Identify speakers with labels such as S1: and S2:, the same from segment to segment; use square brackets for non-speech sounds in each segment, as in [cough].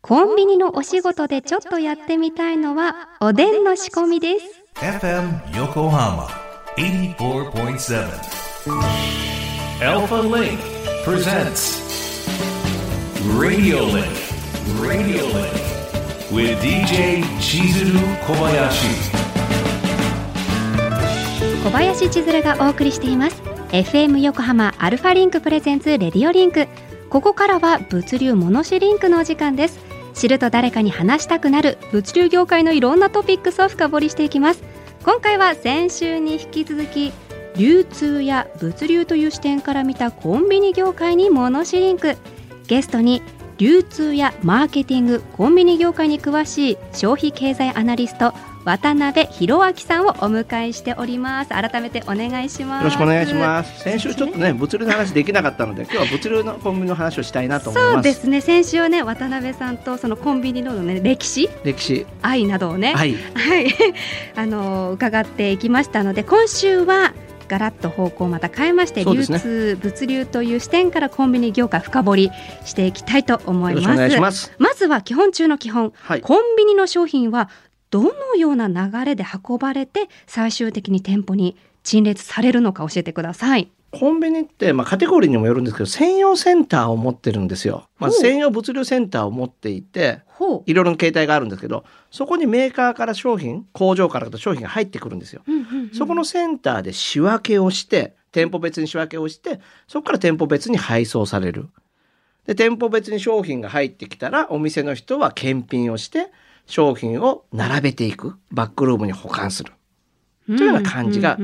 S1: コンビニのお仕事でちょっとやってみたいのはおでんの仕込みです
S2: FM Yokohama 84.7 Alpha Link presents Radio Link. Radio Link with DJ Chizuru Kobayashi.
S1: 小林千鶴がお送りしています FM 横浜アルファリンクプレゼンツレディオリンクここからは物流モノシリンクのお時間です知ると誰かに話したくなる物流業界のいろんなトピックスを深掘りしていきます今回は先週に引き続き流通や物流という視点から見たコンビニ業界にモノシリンクゲストに流通やマーケティングコンビニ業界に詳しい消費経済アナリスト渡辺博明さんをお迎えしております改めてお願いします
S3: よろしくお願いします。先週ちょっとね、物流の話できなかったので、今日は物流のコンビニの話をしたいなと思います。
S1: そうですね先週はね渡辺さんとそのコンビニのね歴史
S3: 歴史、
S1: 愛などをねは、
S3: はいい、
S1: あのー伺っていきましたので今週はガラッと方向をまた変えまして、
S3: そうで
S1: 流
S3: すね
S1: 通物流という視点からコンビニ業界深掘りしていきたいと思
S3: よ
S1: い
S3: ろしく
S1: ま
S3: お
S1: す
S3: 願いします。
S1: まずは基本中の基本
S3: はい、
S1: コンビニの商品はどのような流れで運ばれて最終的に店舗に陳列されるのか教えてください
S3: コンビニって、まあ、カテゴリーにもよるんですけど、専用センターを持ってるんですよ。まあ、
S1: ほう
S3: 専用物流センターを持っていて、
S1: ほ
S3: いろいろな形態があるんですけど、そこにメーカーから商品、工場から商品が入ってくるんですよ。
S1: う、うんうんうん
S3: そこのセンターで仕分けをして、店舗別に仕分けをして、そこから店舗別に配送される。で、店舗別に商品が入ってきたら、お店の人は検品をして、商品を並べていく。バックルームに保管する。
S1: と
S3: いうような感じが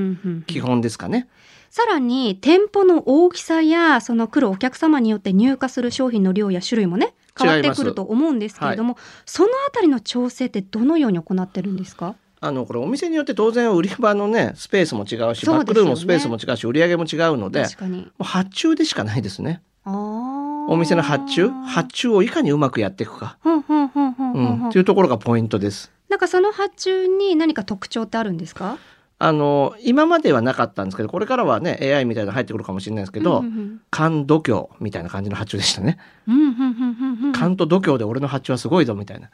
S3: 基
S1: 基
S3: 本ですかね。
S1: さらに店舗の大きさやその来るお客様によって入荷する商品の量や種類もね変わっ
S3: 違い
S1: て
S3: ます
S1: くると思うんですけれども、そのあたりの調整ってどのように行ってるんですか
S3: あの、これお店によって当然売り場のね、スペースも違うし、
S1: そうですよね
S3: バックルームもスペースも違うし、売り上げも違うので、
S1: 確かに
S3: もう発注でしかないですね。
S1: あ
S3: お
S1: お
S3: 店の発注、発注をいかにうまくやっていくか。
S1: ほんほんほんほん
S3: う
S1: ほん
S3: ん、
S1: ほん
S3: っていうところがポイントです。
S1: なんかその発注に何か特徴ってあるんですか
S3: あの、今まではなかったんですけど、これからはね、AI みたいなの入ってくるかもしれないですけど、
S1: うん
S3: 勘度胸みたいな感じの発注でしたね。
S1: うんうんうんうんうんうん
S3: 勘と度胸で俺の発注はすごいぞみたいな。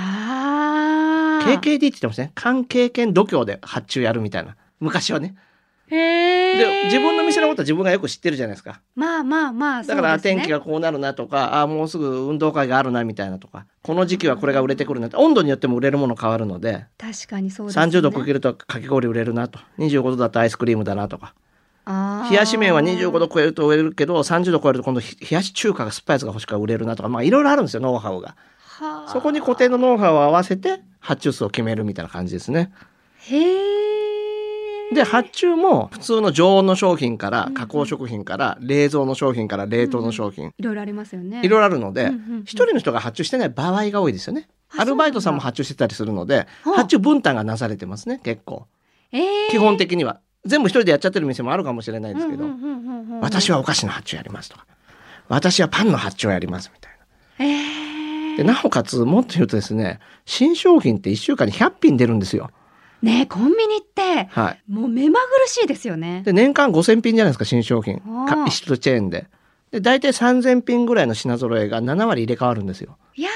S1: ああ
S3: KKD って言ってましたね。勘経験度胸で発注やるみたいな。昔はね。
S1: へ
S3: で、
S1: ー
S3: 自分の店のことは自分がよく知ってるじゃないですか。
S1: まあまあまあ
S3: だから、
S1: そうですね
S3: 天気がこうなるなとか、ああ、もうすぐ運動会があるなみたいなとか、この時期はこれが売れてくるなって、温度によっても売れるもの変わるので、
S1: 確かにそうですね
S3: 30度かけるとかき氷売れるなと、25度だとアイスクリームだなとか、
S1: あー
S3: 冷やし麺は25度超えると売れるけど30度超えると今度ひ冷やし中華が酸っぱいやつが欲しくから売れるなとかまあいろいろあるんですよノウハウが
S1: はあ
S3: そこに固定のノウハウを合わせて発注数を決めるみたいな感じですね
S1: へえ。
S3: で発注も普通の常温の商品か
S1: う
S3: ら
S1: ん
S3: 加工食品から冷蔵の商品から冷凍の商品
S1: いろいろありますよね。
S3: いろいろあるので
S1: うんうんうん
S3: 一人の人が発注してない場合が多いですよね
S1: あ
S3: アルバイトさんも発注してたりするので
S1: はあ
S3: 発注分担がなされてますね結構
S1: えー
S3: 基本的には全部一人でやっちゃってる店もあるかもしれないですけど
S1: うんうんうんうんうん
S3: 私はお菓子の発注やりますとか私はパンの発注をやりますみたい
S1: え
S3: な。
S1: ー
S3: でなおかつもっと言うとですね新商品って1週間に100品出るんですよ。
S1: ねえコンビニって
S3: は
S1: もう目まぐるしいですよね
S3: い、。で年間5,000品じゃないですか新商品
S1: あー
S3: か一チェーンで。で大体3,000品ぐらいの品揃えが7割入れ替わるんですよ。
S1: いや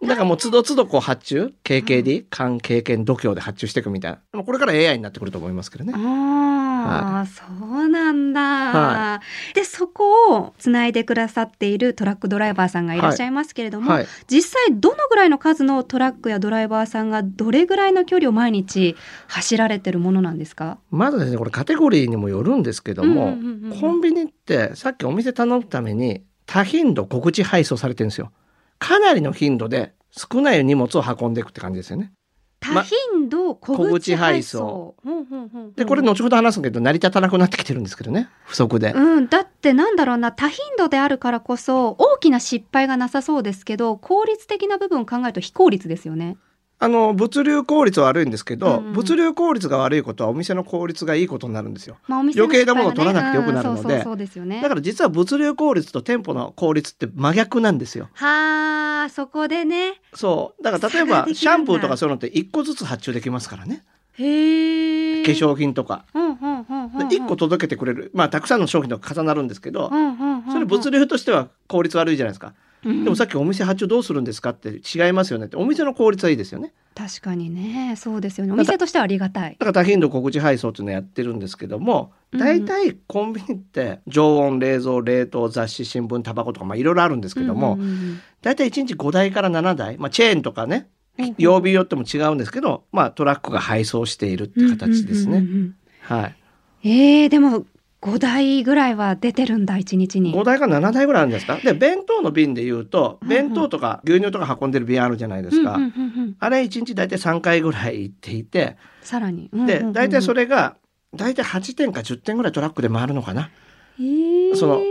S3: だからもうつどつどこう発注 KKD 勘経験度胸で発注していくみたいなまあこれから AI になってくると思いますけど
S1: ー
S3: ね。
S1: あー、そうなんだ、
S3: は
S1: でそこをつないでくださっているトラックドライバーさんがいらっしゃいますけれども、
S3: はい、
S1: 実際どのぐらいの数のトラックやドライバーさんがどれぐらいの距離を毎日走られてるものなんですか
S3: まずですねこれカテゴリーにもよるんですけども、
S1: うんうんうんうん
S3: コンビニってさっきお店頼むために多頻度告知配送されてるんですよかなりの頻度で少ない荷物を運んでいくって感じですよね
S1: 多
S3: ま
S1: 頻度小
S3: 小
S1: 口
S3: 口
S1: 配
S3: 配
S1: 送
S3: 送。
S1: ほうほうほうほう
S3: でこれ後ほど話すけど成り立たなくなってきてるんですけどね不足で、
S1: うん、だってなんだろうな多頻度であるからこそ大きな失敗がなさそうですけど効率的な部分を考えると非効率ですよね。
S3: あの物流効率は悪いんですけど、
S1: うんうん
S3: 物流効率が悪いことはお店の効率がいいことになるんですよ
S1: まあ、お店の
S3: 余計な
S1: 失敗がね
S3: ものを取らなくてよくなるので
S1: うんそうそうそうですよね
S3: だ。から実は物流効率と店舗の効率って真逆なんですよ
S1: はあそこでね
S3: そうだから例え
S1: 差が
S3: ば
S1: できるんだ
S3: シャンプーとかそういうのって1個ずつ発注できますからね
S1: へ
S3: 化
S1: え。
S3: 粧品とか
S1: うんうんうんうんうん
S3: で1個届けてくれるまあたくさんの商品とか重なるんですけど、
S1: うんうんうんうん
S3: それ物流としては効率悪いじゃないですか。
S1: で
S3: でもさっきお店発注どうするんですかって違いますよねってお店の効率はいいですよね
S1: 確かにねそうですよねお店としてはありがたい
S3: だから多頻度告知配送っていうのやってるんですけども
S1: うん
S3: 大体コンビニって常温冷蔵冷凍雑誌新聞タバコとかまあいろいろあるんですけども、
S1: うんうんうん
S3: 大体1日5台から7台、まあ、チェーンとかね
S1: うん
S3: 曜日によっても違うんですけど、まあ、トラックが配送しているって形ですね。
S1: うんうんうんうん
S3: はい、
S1: えー、でも5台ぐらいは出てるんだ一日に
S3: 5台から7台ぐらいあるんですかで弁当の瓶でいうと弁当とか牛乳とか運んでる瓶あるじゃないですか、
S1: うんうんうんうん
S3: あれ1日大体3回ぐらい行っていて
S1: さらに
S3: で大体そ
S1: れ、
S3: れが大体8点か10点ぐらいトラックで回るのかな
S1: えー
S3: その
S1: え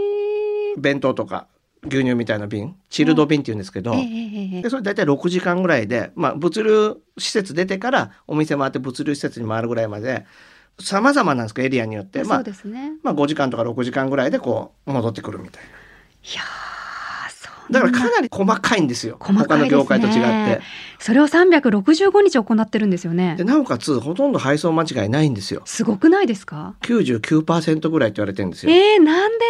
S3: 弁当とか牛乳みたいな瓶チルド瓶っていうんですけど、
S1: えええ
S3: でそれ大体6時間ぐらいで、まあ、物流施設出てからお店回って物流施設に回るぐらいまで様々なんですけどエリアによって、
S1: え
S3: ま
S1: そ
S3: あ
S1: うですね
S3: まあ、5時間とか6時間ぐらいでこう戻ってくるみたいない
S1: やーそん
S3: だ
S1: な
S3: からかなり細かいんですよ
S1: 細か
S3: 他
S1: いです
S3: の
S1: ね
S3: 業界と違って
S1: それを365日行ってるんですよね
S3: でなおかつほとんど配送間違いないんですよ
S1: すごくないですか
S3: 99%ぐらいって言われてるんですよ
S1: えー、なんで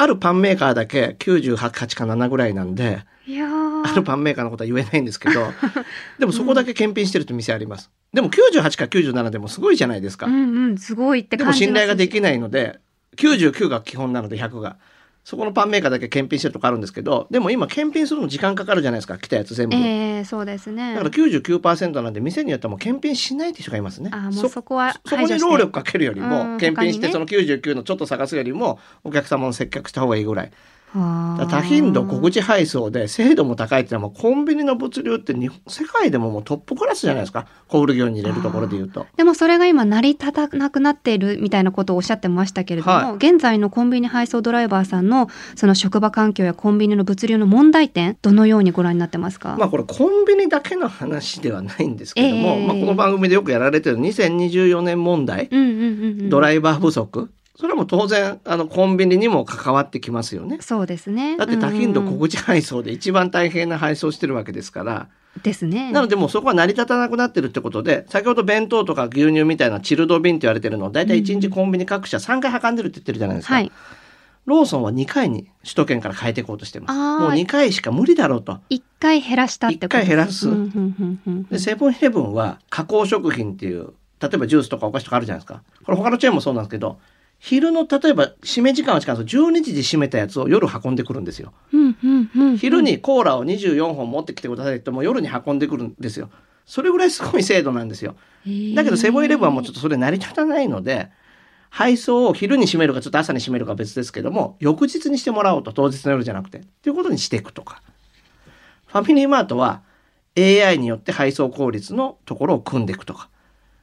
S3: あるパンメーカーだけ98か7ぐらいなんで
S1: いや
S3: あ
S1: ー
S3: るパンメーカーのことは言えないんですけど [laughs] でもそこだけ検品してるって店ありますでも98か97でもすごいじゃないですか
S1: うんうんすごいって
S3: でも
S1: 感じ
S3: 信頼がで
S1: る
S3: きないので99が基本なので100がそこのパンメーカーだけ検品してるとこあるんですけどでも今検品するの時間かかるじゃないですか来たやつ全部、
S1: えー、そうですね
S3: だから99%なんで店によってはもう検品しないって人がいますね
S1: あーもうそこは
S3: そこ
S1: 排
S3: に
S1: 除して
S3: 労力かけるより
S1: う
S3: も
S1: ん
S3: 検品して
S1: 他
S3: その99のちょっと探すよりもお客様を接客した方がいいぐらいだ
S1: は
S3: か
S1: ー
S3: ら多頻度小口配送で精度も高いっていうのはもうコンビニの物流って日本世界でももうトップクラスじゃないですか小売業に入れるところで言うと。
S1: でもそれが今成り立たなくなっているみたいなことをおっしゃってましたけれども、
S3: はい
S1: 現在のコンビニ配送ドライバーさんのその職場環境やコンビニの物流の問題点どのようにご覧になってますか、
S3: まあこれコンビニだけの話ではないんですけども、
S1: ええ
S3: まあこの番組でよくやられてる2024年問題、
S1: うんうんうんうん
S3: ドライバー不足それはもう当然あのコンビニにも関わってきますよね。
S1: そうですね
S3: だって多頻度
S1: うんうん
S3: 小口配送で一番大変な配送してるわけですから、
S1: ですね
S3: なのでもうそこは成り立たなくなってるってことで先ほど弁当とか牛乳みたいなチルド瓶って言われてるのを大体1日コンビニ各社3回運んでるって言ってるじゃないですか、
S1: はい
S3: ローソンは2回に首都圏から変えていこうとしてます
S1: あー
S3: もう2回しか無理だろうと
S1: 一回減らしたってこと
S3: 一回減らす
S1: うんうんうんうん
S3: でセブンイレブンは加工食品っていう例えばジュースとかお菓子とかあるじゃないですかこれ他のチェーンもそうなんですけど昼の例えば締め時間は違うんですよ12時で閉めたやつを夜運んでくるんですよ
S1: うんうんうんうん
S3: 昼にコーラを24本持ってきてくださいって言っても夜に運んでくるんですよそれぐらいすごい精度なんですよだけどセブンイレブンはもうちょっとそれ成り立たないので配送を昼に閉めるかちょっと朝に閉めるか別ですけども翌日にしてもらおうと当日の夜じゃなくてっていうことにしていくとかファミリーマートは AI によって配送効率のところを組んでいくとか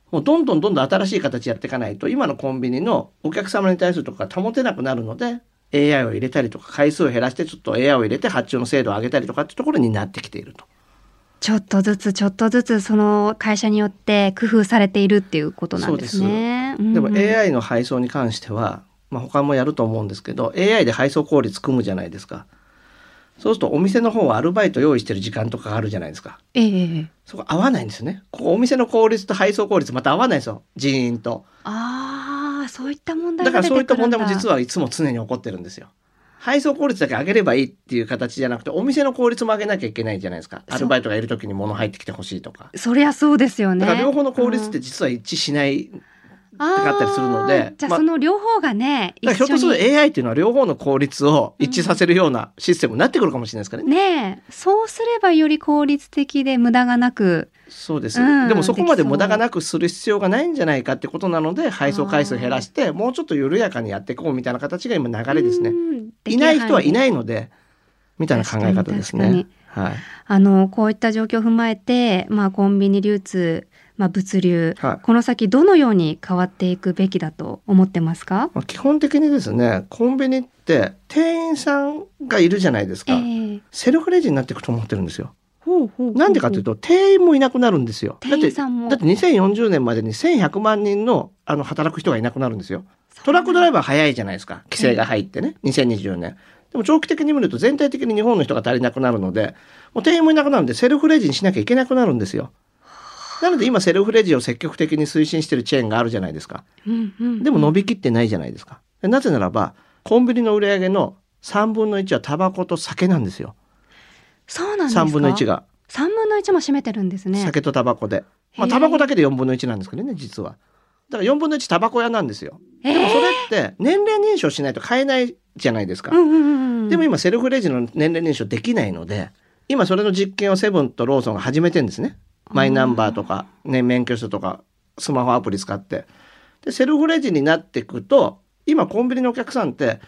S3: もうどんどんどんどん新しい形やっていかないと今のコンビニのお客様に対するとか保てなくなるので AI を入れたりとか回数を減らしてちょっと AI を入れて発注の精度を上げたりとかってところになってきていると。
S1: ちょっとずつちょっとずつその会社によって工夫されているっていうことなんですね
S3: でも
S1: うんうん
S3: AI の配送に関しては、まあ、他もやると思うんですけど AI で配送効率組むじゃないですかそうするとお店の方はアルバイト用意してる時間とかがあるじゃないですか
S1: ええええ
S3: そこ合わないんですよねここお店の効率と配送効率また合わないんですよ人員と
S1: ああそういった問題
S3: だ
S1: が
S3: から
S1: 出て
S3: そ
S1: く
S3: う
S1: る
S3: い
S1: ん
S3: っ
S1: だ
S3: た問題も実はいつも常に起こってるんですよ配送効率だけ上げればいいっていう形じゃなくてお店の効率も上げなきゃいけないじゃないですか
S1: そう
S3: アルバイトがいる時に物入ってきてほしいとか
S1: そりゃそうですよね
S3: だから両方の効率って実は一致しないかったりするので
S1: あーじゃあ
S3: まあ
S1: その両方がね、
S3: だからひょっとする
S1: 一緒に
S3: と AI っていうのは両方の効率を一致させるようなシステムになってくるかもしれないですからね。
S1: ねえそうすればより効率的で無駄がなく
S3: そうです、
S1: うん
S3: でもそこま
S1: で
S3: で
S1: きそう
S3: 無駄がなくする必要がないんじゃないかってことなので配送回数減らしてもうちょっと緩やかにやっていこうみたいな形が今流れですね。いない人はい
S1: い
S3: ないのでみたいな考え方ですね
S1: 確。
S3: はい、
S1: あのこういった状況を踏まえて、まあ、コンビニ流通、まあ、物流、
S3: はい
S1: この先どのように変わっていくべきだと思ってますか、
S3: まあ、基本的にですねコンビニって店員さんがいるじゃないです
S1: え
S3: か、
S1: え
S3: セルフレジになっていくと思ってるんですよ。
S1: ほうほう
S3: なんでかというと店員もいなくなるんですよ。
S1: 店員さんも
S3: だってだって2040年までに1100万人のあの働く人がいなくなるんですよ。トラックドライバー早いじゃないですか規制が入ってね2024年。でも長期的に見ると全体的に日本の人が足りなくなるのでもう店員もいなくなるんでセルフレジにしなきゃいけなくなるんですよ。なので今セルフレジを積極的に推進してるチェーンがあるじゃないですか。
S1: うんうん、
S3: でも伸びきってないじゃないですか。でなぜならばコンビニの売り上げの3分の1はタバコと酒なんですよ。
S1: そうなんですか
S3: 3分の1が
S1: 3分の1も占めてるんですね
S3: 酒とタバコで、
S1: へ
S3: まあ、
S1: え
S3: タバコだけで4分の1なんですけどね実はだから4分の1タバコ屋なんですよ
S1: え
S3: でもそ
S1: ー
S3: れって年齢認証しないと買えないじゃないです
S1: う
S3: か、
S1: んうんうんうん
S3: でも今セルフレジの年齢認証できないので今それの実験をセブンとローソンが始めてんですねマイナンバーとか、ね、免許証とかスマホアプリ使ってでセルフレジになっていくと今コンビニのお客さんって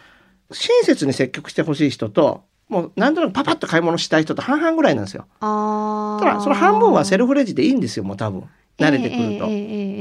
S3: 親切に積極してほしい人ともう何となくパパッと買い物したい人と半々ぐらいなんですよ
S1: あ
S3: ただその半分はセ
S1: ル
S3: ルフレジでいいんですよもう多分慣れてくると、
S1: えーえーえーえ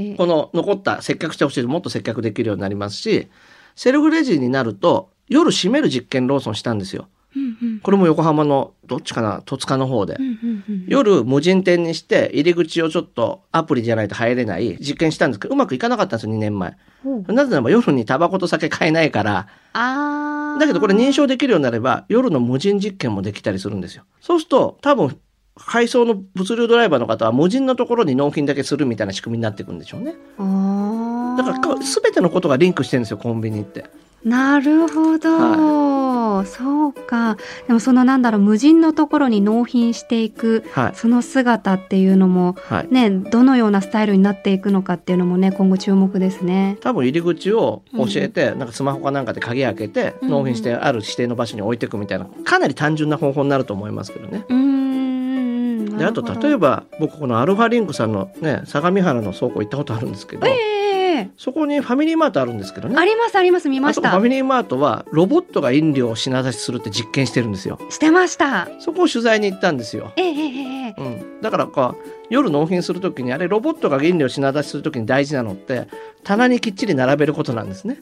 S1: ー
S3: この残った接客してほしいともっと接客できるようになりますしセルフレジになると夜閉める実験ローソンしたんですよ
S1: うんうん
S3: これも横浜のどっちかな戸塚の方で、
S1: うんうんうん
S3: 夜無人店にして入り口をちょっとアプリじゃないと入れない実験したんですけどうまくいかなかったんですよ2年前
S1: ほう
S3: なぜならば夜にタバコと酒買えないから
S1: あー
S3: だけどこれ認証できるようになれば夜の無人実験もできたりするんですよそうすると多分配送の物流ドライバーの方は無人のところに納品だけするみたいな仕組みになっていくんでしょうね
S1: あー
S3: だからか全てのことがリンクしてるんですよコンビニって
S1: なるほど、そうかでもそのなんだろう無人のところに納品していく
S3: はい
S1: その姿っていうのも
S3: はい
S1: ねどのようなスタイルになっていくのかっていうのもね今後注目ですね
S3: 多分入り口を教えて、なんかスマホかなんかで鍵開けて、
S1: うん
S3: 納品してある指定の場所に置いていくみたいなかなり単純な方法になると思いますけどね。
S1: うーん
S3: であと例え
S1: ば
S3: ば僕このアルファリンクさんのね相模原の倉庫行ったことあるんですけど、
S1: ええ
S3: そこにファミリーマートあるんですけどね
S1: ありますあります見ま
S3: あ
S1: し
S3: そこフ
S1: た
S3: ァミリーマートはロボットが飲料を品出しするって実験してるんですよ
S1: してました
S3: そこを取材に行ったんですよ、
S1: ええええええ
S3: うん、だからこう夜納品する時にあれロボットが飲料を品出しする時に大事なのって棚にきっちり並べることなんですね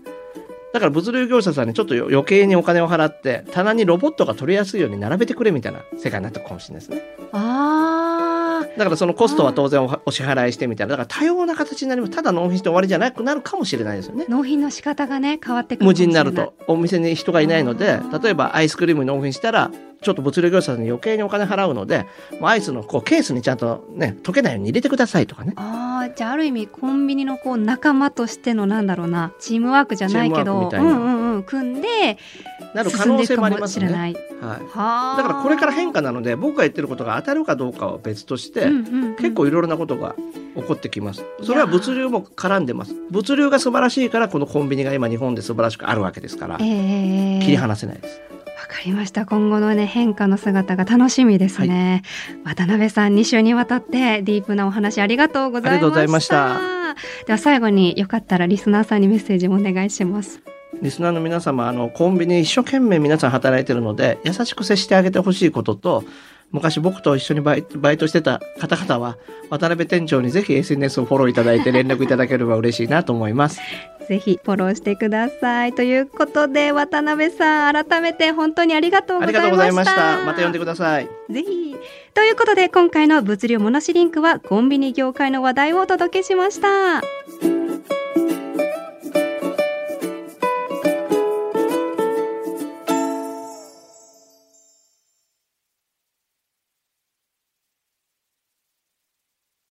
S3: だから物流業者さんにちょっと余計にお金を払って棚にロボットが取りやすいように並べてくれみたいな世界になったかもしれないですね
S1: あ
S3: だからそのコストは当然おお支払いしてみたいなだから多様な形になりますただ納品して終わりじゃなくなるかもしれないですよね
S1: ー納品の仕方がね変わってくるか
S3: 無
S1: もし
S3: 人
S1: れ
S3: に
S1: な
S3: ないるとお店に人がいないので
S1: あー
S3: 例えばアイスクリームに納品したらちょっと物流業者さんに余計にお金払うのでもうアイスのこうケースにちゃんとね溶けないように入れてくださいとかね
S1: あーじゃあある意味コンビニのこう仲間としてのなんだろうなチームワークじゃないけど
S3: チ
S1: う
S3: ームワークみたい
S1: ん
S3: な
S1: うんうん組んで
S3: なる可
S1: 進んで
S3: 能
S1: い
S3: 性
S1: く
S3: もあ
S1: か
S3: り
S1: も
S3: ます
S1: しれ
S3: ね。
S1: ない。
S3: はい、
S1: は
S3: だからこれから変
S1: 化
S3: 化なので僕が言ってることが当たるかどうかは別として、結構いろいろなことが起こってきますそれは物流も絡んでます物流が素晴らしいからこのコンビニが今日本で素晴らしくあるわけですから
S1: ええええ
S3: 切り離せないです。
S1: わかりました今後のね変化の姿が楽しみですね、渡辺さん2週にわたってディープなお話ありがとうございました
S3: ありがとうございました
S1: では最後によかったらリスナーさんにメッセージもお願いします
S3: リスナーの皆様あのコンビニ一生懸命皆さん働いてるので優しく接してあげてほしいことと昔僕と一緒にバイバイトしてた方々は渡辺店長にぜひ SNS をフォローいただいて連絡いただければ嬉しいなと思います。
S1: ぜひフォローしてくださいということで渡辺さん改めて本当にありがとうご
S3: あ
S1: ざ
S3: り
S1: いました
S3: がとうございました。また呼んでください。
S1: ぜひということで今回の物流モノシリンクはコンビニ業界の話題をお届けしました